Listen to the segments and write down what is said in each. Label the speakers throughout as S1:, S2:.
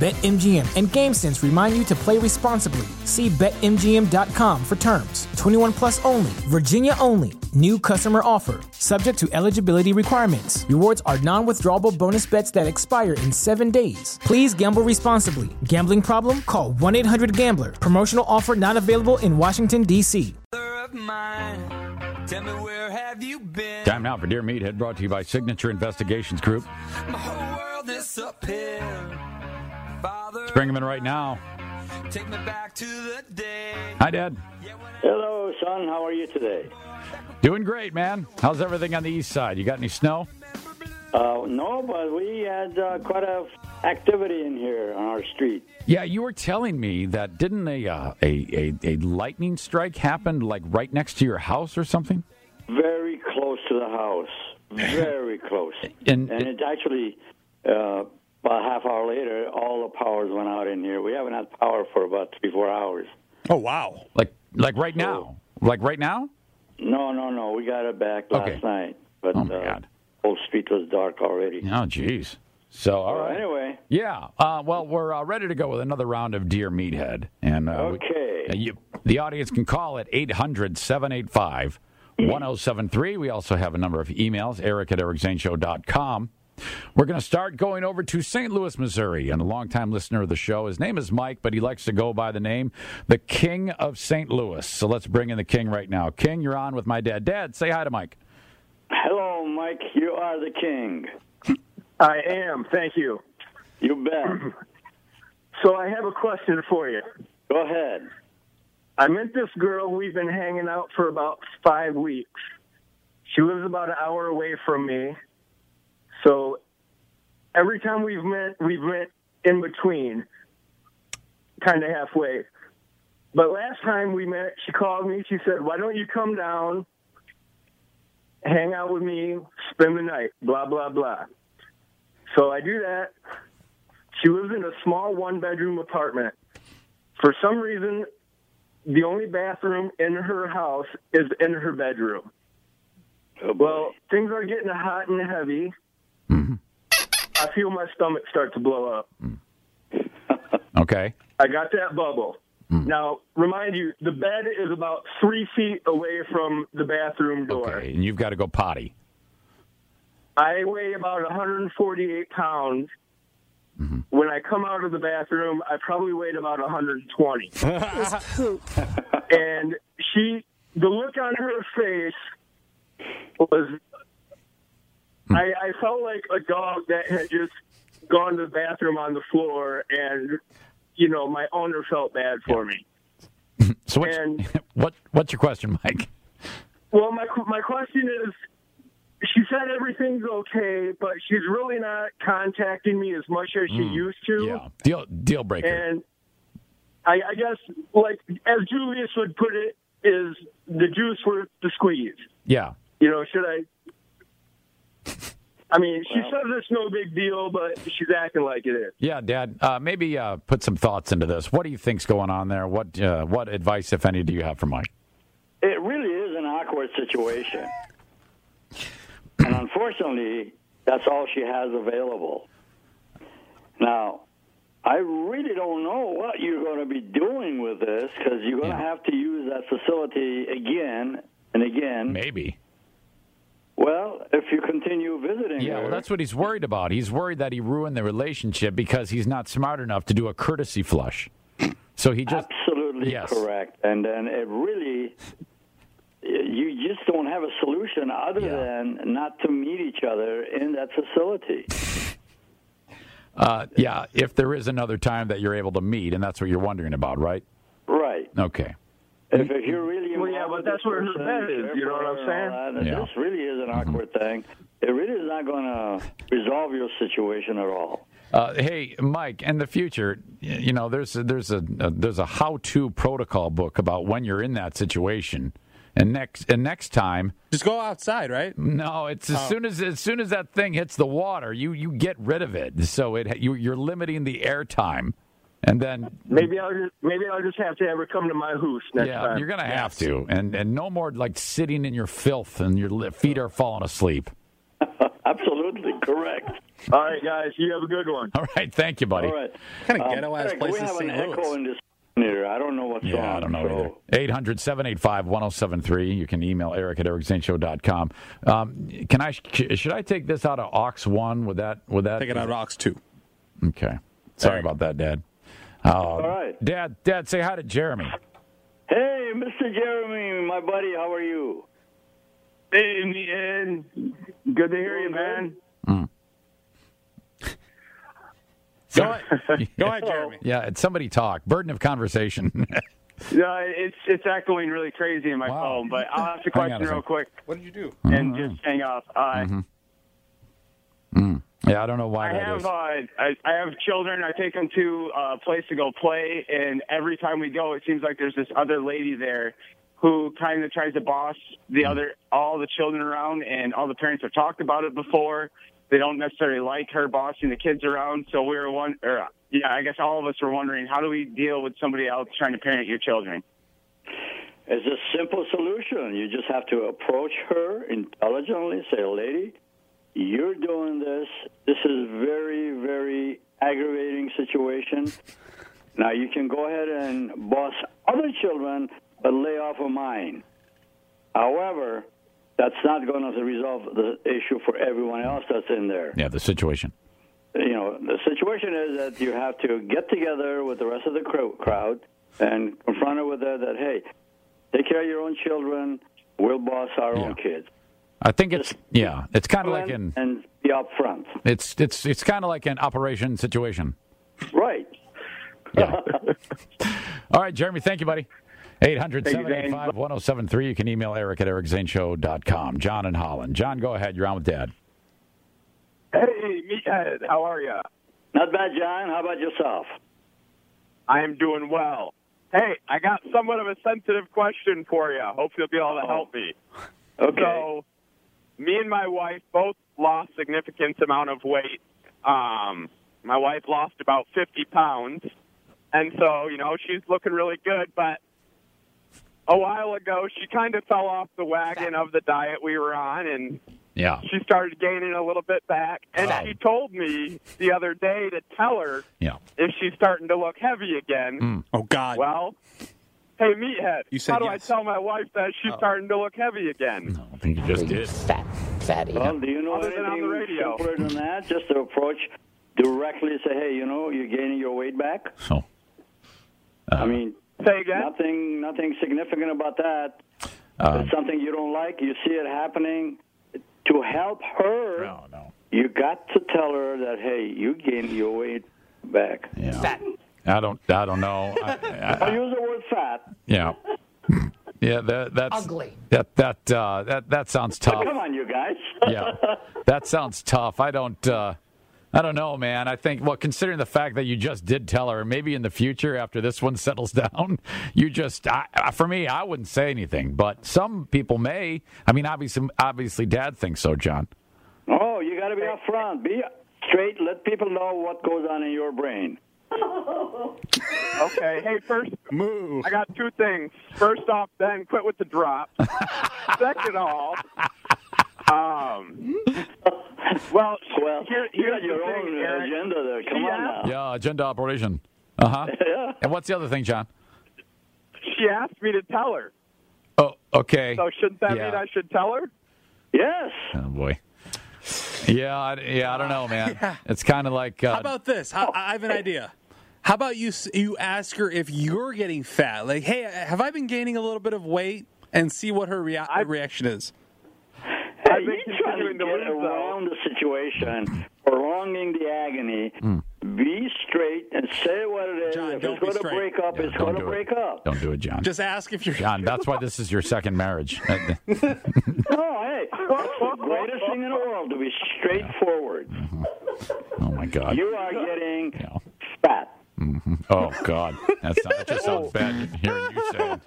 S1: BetMGM and GameSense remind you to play responsibly. See BetMGM.com for terms. 21 plus only, Virginia only. New customer offer, subject to eligibility requirements. Rewards are non withdrawable bonus bets that expire in seven days. Please gamble responsibly. Gambling problem? Call 1 800 Gambler. Promotional offer not available in Washington, D.C.
S2: Time now for Dear Meathead, brought to you by Signature Investigations Group. Let's bring him in right now.
S3: Take me back to the day.
S2: Hi, Dad.
S4: Hello, son. How are you today?
S2: Doing great, man. How's everything on the east side? You got any snow?
S4: Uh, no, but we had uh, quite a f- activity in here on our street.
S2: Yeah, you were telling me that didn't a, uh, a, a a lightning strike happen like right next to your house or something?
S4: Very close to the house. Very close.
S2: And-
S4: And, it actually, uh, about a half hour later, all the powers went out in here. We haven't had power for about three, four hours.
S5: Oh wow!
S2: Like like right now? Like right now?
S4: No, no, no. We got it back last
S2: Okay.
S4: night. But
S2: Oh, my
S4: uh,
S2: God.
S4: whole street was dark already.
S2: Oh, jeez. So all
S4: So
S2: right.
S4: Anyway,
S2: Yeah. Uh, well, we're uh, ready to go with another round of Dear Meathead. And uh, we-
S4: Okay.
S2: uh, you, the audience can call at 800 785 1073. We also have a number of emails, eric at ericzaneshow.com. We're going to start going over to St. Louis, Missouri, and a longtime listener of the show. His name is Mike, but he likes to go by the name the King of St. Louis. So let's bring in the King right now. King, you're on with my dad. Dad, say hi to Mike.
S4: hello, Mike. You are the king.
S6: I am. Thank you.
S4: You bet.
S6: So I have a question for you.
S4: Go ahead.
S6: I met this girl. We've been hanging out for about five weeks. She lives about an hour away from me. So every time we've met, we've met in between, kind of halfway. But last time we met, she called me. She said, Why don't you come down, hang out with me, spend the night, blah, blah, blah. So I do that. She lives in a small one bedroom apartment. For some reason, the only bathroom in her house is in her bedroom.
S4: Oh, boy.
S6: Well, things are getting hot and heavy. I feel my stomach start to blow up.
S2: Okay.
S6: I got that bubble. Now, remind you, the bed is about three feet away from the bathroom door.
S2: Okay. And you've got to go potty.
S6: I weigh about 148 pounds. When I come out of the bathroom, I probably weighed about 120. and she, the look on her face was, I, I felt like a dog that had just gone to the bathroom on the floor, and you know, my owner felt bad for me.
S2: So what's,
S6: And-
S2: what, what's your question, Mike?
S6: Well, my my question is, she said everything's okay, but she's really not contacting me as much as she used to.
S2: Mm, Yeah, deal deal breaker.
S6: And I, I guess, like as Julius would put it, is the juice worth the squeeze?
S2: yeah,
S6: You know, should I? I mean, she says it's no big deal, but she's acting like it is.
S2: yeah, Dad. Uh, maybe uh, put some thoughts into this. What do you think's going on there? What uh, what advice, if any, do you have for Mike?
S4: It really is an awkward situation. and unfortunately, that's all she has available. Now, I really don't know what you're going to be doing with this because you're going to
S2: Yeah.
S4: have to use that facility again and again.
S2: Maybe.
S4: Well, if you continue visiting
S2: Yeah,
S4: her.
S2: well, that's what he's worried about. He's worried that he ruined the relationship because he's not smart enough to do a courtesy flush. So he just
S4: absolutely
S2: Yes.
S4: correct. And then it really, you just don't have a solution other
S2: Yeah.
S4: than not to meet each other in that facility.
S2: uh, yeah. If there is another time that you're able to meet, and that's what you're wondering about, right?
S4: right.
S2: Okay.
S4: If, if you're really
S6: Well, yeah, but that's where her bed is. You know what I'm saying?
S4: saying?
S2: Yeah. Mm-hmm.
S4: This really is an awkward thing. It really is not going to resolve your situation at all.
S2: Uh, hey, Mike, in the future, y- you know, there's a, there's a, a there's a how-to protocol book about when you're in that situation, and next and next time,
S5: Just go outside, right?
S2: no, it's as
S4: Oh.
S2: soon as as soon as that thing hits the water, you you get rid of it. So it you you're limiting the air time, and then
S6: Maybe I'll just maybe I'll just have to have her come to my house next
S2: yeah,
S6: time.
S2: you're gonna have to, and and no more like sitting in your filth and your li- feet are falling asleep.
S4: Absolutely correct.
S6: All right, guys, you have a good one.
S2: All right, thank you, buddy.
S4: All right. Um,
S5: Kinda ghetto-ass
S4: Eric,
S5: place
S4: We
S5: in
S4: have an
S5: St. Louis.
S4: echo in this here. I don't know what's on.
S2: Yeah, I don't know
S4: so-
S2: either. 800 785 1073. You can email eric at ericzaneshow.com. Um, can I, should I take this out of aux 1? Would that, would that?
S5: Take it out rocks too.
S2: Okay. Sorry
S5: Eric.
S2: about that, Dad.
S4: All right.
S2: Dad, Dad, say hi to Jeremy.
S4: Hey, Mr. Jeremy, my buddy, how are you?
S6: Hey, man. Good to hear you, man.
S5: Go ahead, go ahead Jeremy.
S2: Yeah, it's somebody talk. Burden of conversation.
S6: No, it's it's echoing really crazy in my
S2: Wow.
S6: phone, but I'll ask the
S2: Hang on a
S6: question real
S2: second. Mm-hmm.
S6: quick
S5: What did you do?
S6: and just hang up. Uh,
S2: yeah, I don't know why
S6: I
S2: that
S6: have
S2: is.
S6: uh, I, I have children. I take them to a place to go play, and every time we go, it seems like there's this other lady there who kind of tries to boss the other all the children around, and all the parents have talked about it before. They don't necessarily like her bossing the kids around, so we were one or. uh, Yeah, I guess all of us were wondering how do we deal with somebody else trying to parent your children?
S4: It's a simple solution. You just have to approach her intelligently, say, lady, you're doing this. This is very, very aggravating situation. Now you can go ahead and boss other children, but lay off of mine. However, that's not going to resolve the issue for everyone else that's in there
S2: Yeah, the situation.
S4: you know, the situation is that you have to get together with the rest of the cro- crowd and confront her with that, that, hey, take care of your own children. We'll boss our own
S2: Yeah.
S4: kids.
S2: I think it's, yeah, it's kind of like in,
S4: and be upfront.
S2: it's, it's, it's kind of like an operation situation.
S4: Right.
S2: Yeah. All right, Jeremy, thank you, buddy. 800 785 1073. You can email Eric at ericzaneshow.com. John in Holland. John, go ahead. You're on with Dad.
S7: Hey, Meathead, how are you?
S4: Not bad, John. How about yourself?
S7: I am doing well. Hey, I got somewhat of a sensitive question for you. Hope you'll be able to help me.
S4: Okay.
S7: So, me and my wife both lost significant amount of weight. Um, my wife lost about 50 pounds, and so you know she's looking really good. But a while ago, she kind of fell off the wagon of the diet we were on, and
S2: Yeah.
S7: she started gaining a little bit back. And
S2: Oh.
S7: she told me the other day to tell her
S2: Yeah.
S7: if she's starting to look heavy again.
S5: Oh God.
S7: Well, hey, meathead,
S5: You said
S7: how do
S5: yes. Oh.
S7: I tell my wife that she's starting to look heavy again?
S2: I think you just did.
S8: Fat, fatty.
S4: well, do you know
S7: Other than on the
S4: anything
S7: radio.
S4: simpler than that? Just to approach directly say, hey, you know, you're gaining your weight back?
S2: So,
S4: I mean,
S7: Say again.
S4: nothing, nothing significant about that. it's something you don't like. You see it happening. To help her,
S2: no, no.
S4: you got to tell her that hey, you gained your weight back.
S2: Yeah. I don't, I don't know. I, I-
S4: I use the word fat.
S2: yeah. Yeah, that, that's
S8: Ugly.
S2: That that uh, that that sounds tough.
S4: Come on, you guys.
S2: Yeah, that sounds tough. I don't, uh, I don't know, man. I think well, considering the fact that you just did tell her, maybe in the future after this one settles down, you just I, I- for me, I wouldn't say anything, but some people may. I mean, obviously, obviously, Dad thinks so, John.
S4: Oh, you got to be upfront. Be straight. Let people know what goes on in your brain.
S7: Okay. Hey, first,
S5: Moo.
S7: I got two things. First off, then quit with the drop. Second off, um, well,
S4: Well,
S7: here,
S4: you
S7: here's
S4: got your
S7: the
S4: own
S7: thing, Eric.
S4: agenda there. Come on
S7: Yeah.
S4: now.
S2: Yeah, agenda operation. Uh huh.
S4: Yeah.
S2: And what's the other thing, John?
S7: She asked me to tell her.
S2: Oh, okay.
S7: So shouldn't that
S2: Yeah.
S7: mean I should tell her?
S4: Yes.
S2: Oh boy. Yeah, I, yeah. I don't know, man. It's kind of like uh,
S5: How about this? I, I have an idea. How about you s- you ask her if you're getting fat? Like, hey, have I been gaining a little bit of weight? And see what her rea- reaction is.
S4: Hey,
S7: been
S4: you're trying to
S7: continuing to
S4: get
S7: lose, though.
S2: Hmm.
S4: around the situation, prolonging the agony. Be straight and say what it is.
S5: John,
S4: if
S5: don't
S4: it's
S5: be
S4: going to
S5: straight.
S4: break up,
S2: Yeah,
S4: it's
S2: don't
S4: going to
S2: do it.
S4: break up.
S2: Don't do it, John.
S5: Just ask if you're.
S2: John, that's why this is your second marriage.
S4: No, hey, that's the greatest thing in the world to be straightforward.
S2: oh my God.
S4: You are getting
S2: Yeah.
S4: fat.
S2: Oh God, that's not, that just sounds bad hearing you say it.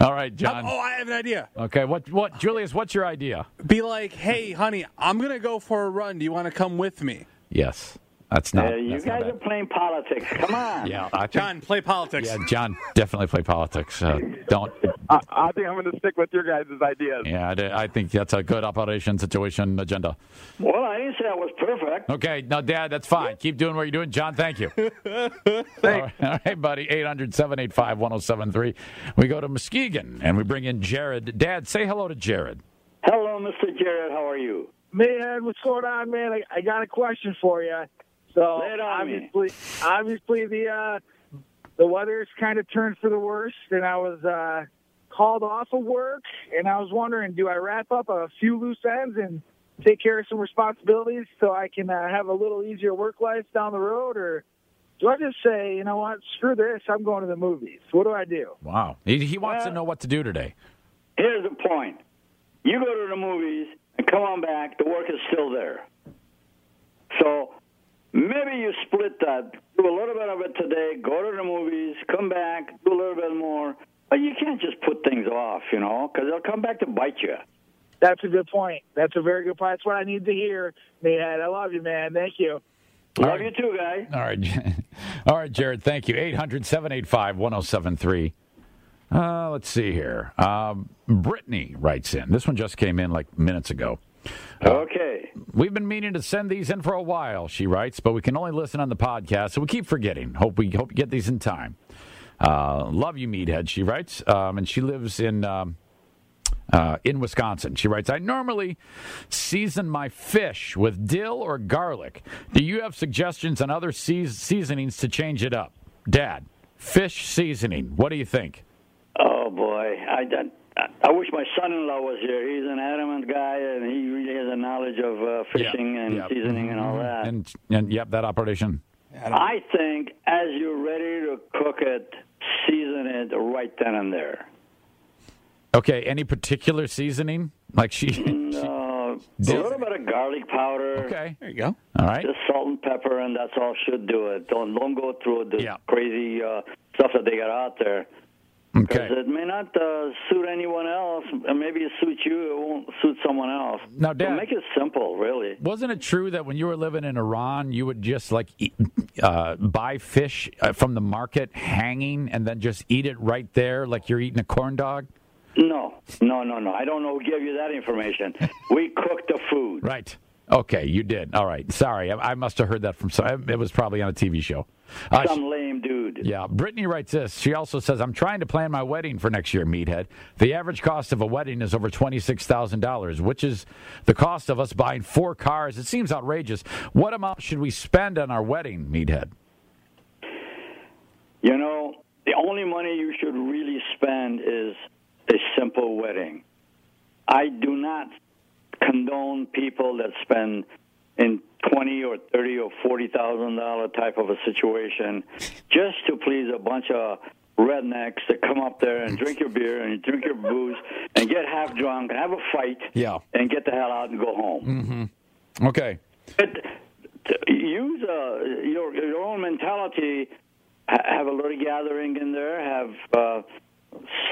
S2: All right,
S5: Oh,
S2: John.
S5: I have an idea.
S2: Okay, what what Julius? What's your idea?
S5: Be like, hey, honey, I'm gonna go for a run. Do you want to come with me?
S2: Yes, that's not.
S4: Uh, you
S2: Ah, that's not
S4: guys are
S2: bad.
S4: playing politics. Come on.
S2: Yeah, I think,
S5: John, play politics.
S2: Yeah, John, definitely play politics. Uh, don't.
S7: I, I think I'm going to stick with your guys' ideas.
S2: Yeah, I, d- I think that's a good operation situation agenda.
S4: Well, I didn't say I was perfect.
S2: Okay, no, Dad, that's fine. Keep doing what you're doing. John, thank you. All right, all right, buddy. 800 785 1073. We go to Muskegon and we bring in Jared. Dad, say hello to Jared.
S4: Hello, Mr. Jarrett. How are you?
S8: Man, what's going on, man? I, I got a question for you. So
S4: Lay it on me.
S8: obviously, obviously the uh, the weather's kind of turned for the worst, and I was uh, called off of work, and I was wondering, do I wrap up a few loose ends and take care of some responsibilities so I can uh, have a little easier work life down the road, or do I just say, you know what, screw this, I'm going to the movies? What do I do?
S2: Wow. He, he wants to
S4: Well-
S2: know what to do today.
S4: Here's the point. You go to the movies and come on back, the work is still there. So maybe you split that. Do a little bit of it today, go to the movies, come back, do a little bit more. But you can't just put things off, you know, because they'll come back to bite you.
S8: That's a good point. That's a very good point. That's what I need to hear, man. I love you, man. Thank you.
S4: Love you too, guy.
S2: All right. All right, Jared, thank you. 800 785 1073. Uh, let's see here. Um, Brittany writes in. This one just came in like minutes ago.
S4: Okay.
S2: We've been meaning to send these in for a while, she writes, but we can only listen on the podcast, so we keep forgetting. Hope we hope you get these in time. Uh, love you, meathead. She writes, um, and she lives in um, uh, in Wisconsin. She writes, I normally season my fish with dill or garlic. Do you have suggestions on other seas- seasonings to change it up, Dad? Fish seasoning. What do you think?
S4: Oh boy, I I, I wish my son-in-law was here. He's an adamant guy, and he really has a knowledge of uh, fishing and
S2: yeah. Mm-hmm.
S4: seasoning and all that.
S2: And and yep, that operation.
S4: I think as you're ready to cook it, season it right then and there.
S2: Okay, any particular seasoning? Like she.
S4: Uh,
S2: Season
S4: a little bit of garlic powder,
S2: Okay.
S5: There you go.
S2: All right.
S4: just salt and pepper, and that's all should do it. Don't don't go through the
S2: Yeah.
S4: crazy uh, stuff that they got out there.
S2: Okay.
S4: Because it may not uh, suit anyone else, and maybe it suits you. It won't suit someone else.
S2: Now,
S4: So
S2: Dad-
S4: make it simple, really.
S2: Wasn't it true that when you were living in Iran, you would just like eat, uh, buy fish uh, from the market hanging and then just eat it right there, like you're eating a corn dog?
S4: No, no, no, no. I don't know who gave you that information. we cook the food.
S2: Right. Okay, you did. All right. Sorry, I, I must have heard that from. some- It was probably on a TV show. Uh,
S4: Some lame dude.
S2: Yeah, Brittany writes this. She also says, "I'm trying to plan my wedding for next year, meathead. The average cost of a wedding is over twenty six thousand dollars, which is the cost of us buying four cars. It seems outrageous. What amount should we spend on our wedding, meathead?
S4: You know, the only money you should really spend is a simple wedding. I do not condone people that spend in twenty or thirty or forty thousand dollar type of a situation just to please a bunch of rednecks that come up there
S2: Mm.
S4: and drink your beer and drink your booze and get half drunk and have a fight
S2: Yeah.
S4: and get the hell out and go home.
S2: Okay,
S4: But t- use uh, your your own mentality. Ha- Have a little gathering in there. Have uh,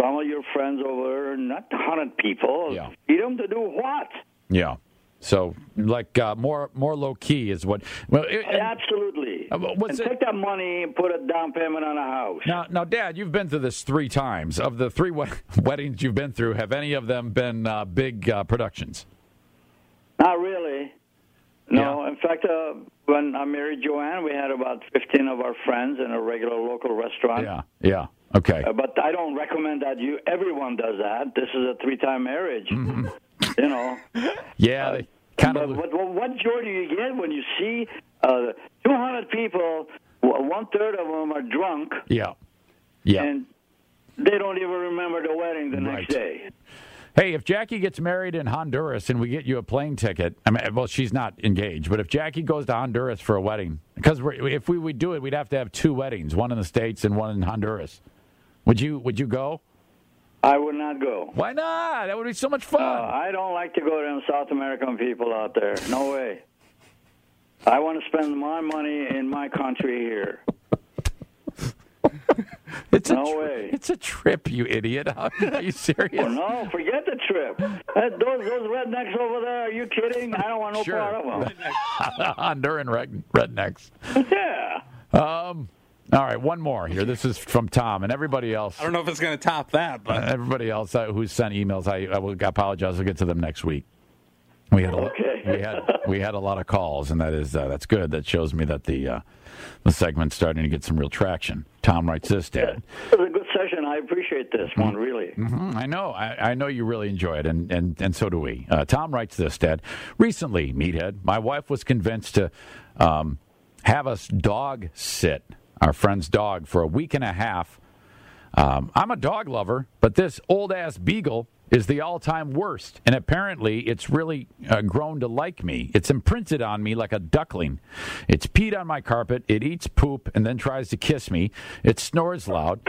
S4: some of your friends over. Not hundred people.
S2: Yeah.
S4: Eat them to do what?
S2: yeah. So like uh, more more low key is what. Well, it,
S4: Oh, Absolutely.
S2: Uh, but what's
S4: and
S2: it-
S4: take that money and put a down payment on a house.
S2: now, now, Dad, you've been through this three times. Of the three wed- weddings you've been through, have any of them been uh, big uh, productions?
S4: Not really. No. In fact, uh, when I married Joanne, we had about fifteen of our friends in a regular local restaurant.
S2: Yeah, yeah. Okay.
S4: Uh, but I don't recommend that you. Everyone does that. This is a three-time marriage.
S2: Mm-hmm.
S4: You know.
S2: Yeah, they kind
S4: uh, But
S2: of.
S4: what, what, what joy do you get when you see uh, 200 people, one third of them are drunk,
S2: Yeah. Yeah.
S4: and they don't even remember the wedding the
S2: Right.
S4: next day?
S2: Hey, if Jackie gets married in Honduras and we get you a plane ticket, I mean, well, she's not engaged, but if Jackie goes to Honduras for a wedding, because if we would do it, we'd have to have two weddings, one in the states and one in Honduras. Would you? Would you go?
S4: I would not go.
S2: Why not? That would be so much
S4: Uh,
S2: fun.
S4: I don't like to go to them South American people out there. No way. I want to spend my money in my country here.
S2: it's a
S4: no
S2: tri-
S4: way.
S2: It's a trip, you idiot. Are you serious?
S4: No, forget the trip. That, those those rednecks over there. Are you kidding? I don't want no
S2: Sure.
S4: part of them.
S2: Honduran red- rednecks.
S4: Yeah.
S2: Um, all right, one more here. This is from Tom and everybody else.
S5: I don't know if it's going to top that, but
S2: everybody else uh, who sent emails, I, I will apologize. We'll get to them next week. We had a,
S4: Okay.
S2: we had we had a lot of calls, and that is uh, that's good. That shows me that the uh, the segment's starting to get some real traction. Tom writes this, Dad.
S4: It was a good session. I appreciate this one really.
S2: Mm, I know. I, I know you really enjoy it, and, and, and so do we. Uh, Tom writes this, Dad. Recently, Meathead, my wife was convinced to um, have us dog sit our friend's dog for a week and a half. Um, I'm a dog lover, but this old ass beagle is the all time worst, and apparently it's really uh, grown to like me. It's imprinted on me like a duckling. It's peed on my carpet, it eats poop, and then tries to kiss me. It snores loud.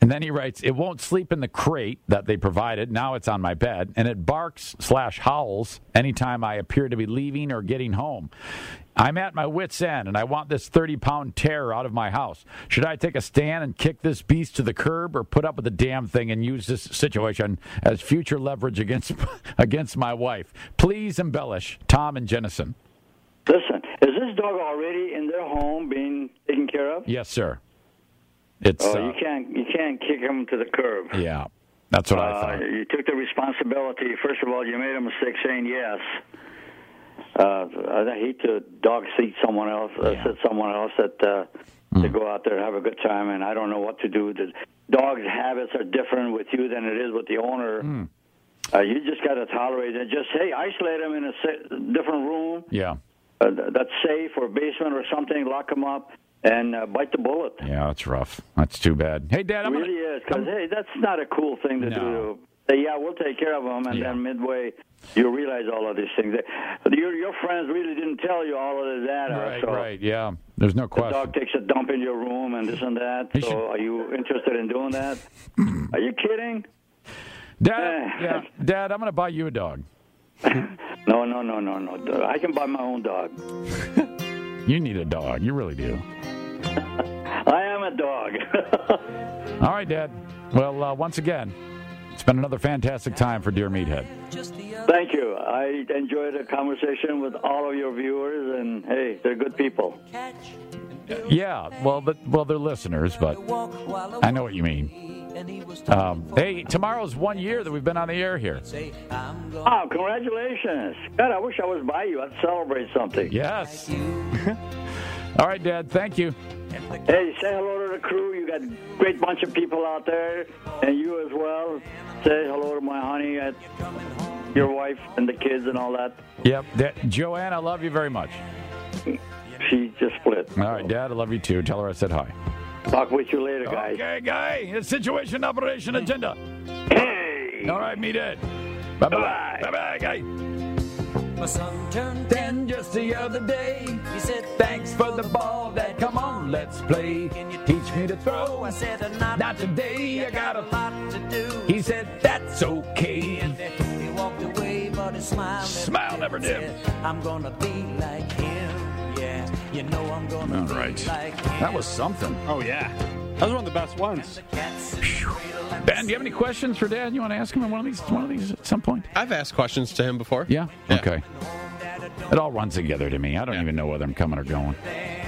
S2: And then he writes, "It won't sleep in the crate that they provided. Now it's on my bed, and it barks slash howls anytime I appear to be leaving or getting home. I'm at my wits' end, and I want this thirty pound terror out of my house. Should I take a stand and kick this beast to the curb, or put up with the damn thing and use this situation as future leverage against against my wife? Please embellish, Tom and Jennison.
S4: Listen, is this dog already in their home being taken care of?
S2: Yes, sir. It's
S4: Oh,
S2: uh,
S4: you can't you can't kick him to the curb.
S2: yeah, that's what I
S4: Uh,
S2: thought.
S4: you took the responsibility. First of all, you made a mistake saying yes. Uh, I hate to dog seat someone else, uh,
S2: Yeah. Hmm.
S4: sit someone else that uh, to go out there and have a good time, and I don't know what to do. The dog's habits are different with you than it is with the owner.
S2: Hmm.
S4: Uh, you just got to tolerate it. Just hey, isolate him in a sa- different room
S2: Yeah,
S4: uh, that's safe, or basement, or something. Lock him up and uh, bite the bullet.
S2: yeah, that's rough. That's too bad. Hey, Dad, I'm gonna-
S4: really is because hey, that's not a cool thing to
S2: No.
S4: do. Say, yeah, we'll take care of them, and
S2: Yeah.
S4: then midway, you realize all of these things. Your your friends really didn't tell you all of that. uh,
S2: Right,
S4: so
S2: right, yeah. There's no
S4: The
S2: question.
S4: dog takes a dump in your room and this and that.
S2: He
S4: so,
S2: should-
S4: are you interested in doing that? are you kidding?
S2: Dad,
S4: Eh.
S2: yeah, Dad, I'm going to buy you a dog.
S4: No, no, no, no, no. I can buy my own dog.
S2: You need a dog. You really do.
S4: I am a dog.
S2: All right, Dad. Well, uh, once again, it's been another fantastic time for Dear Meathead.
S4: Thank you. I enjoyed the conversation with all of your viewers, and hey, they're good people.
S2: Yeah, well, but well, they're listeners, but I know what you mean. Um, hey, tomorrow's one year that we've been on the air here.
S4: Oh, congratulations! God, I wish I was by you. I'd celebrate something.
S2: Yes. All right, Dad. Thank you.
S4: Hey, say hello to the crew. You got a great bunch of people out there, and you as well. Say hello to my honey, and your wife, and the kids, and all that.
S2: Yep. Dad, Joanne, I love you very much.
S4: She just split.
S2: All right, Dad, I love you too. Tell her I said hi.
S4: Talk with you later, guys.
S2: Okay, guy. It's situation operation agenda.
S4: Hey!
S2: All right, meet it. Bye bye.
S4: Bye-bye.
S2: Bye bye, guy.
S3: My son turned 10 just the other day. He said, Thanks for the ball, Dad. Come on, let's play. Can you teach me to throw? Oh, I said, Not, not today. I got a lot to do. He said, That's okay. And then he walked away, but his smile,
S2: Smile never
S3: dimmed.
S2: dimmed.
S3: Said, I'm gonna be like him. Yeah, you know I'm gonna
S2: All
S3: be
S2: right.
S3: like him.
S2: That was something.
S5: oh yeah, that was one of the best ones.
S2: Ben, do you have any questions for Dad? You want to ask him on one of these? One of these at some point?
S9: I've asked questions to him before.
S2: Okay. It all runs together to me. I don't even know whether I'm coming or going.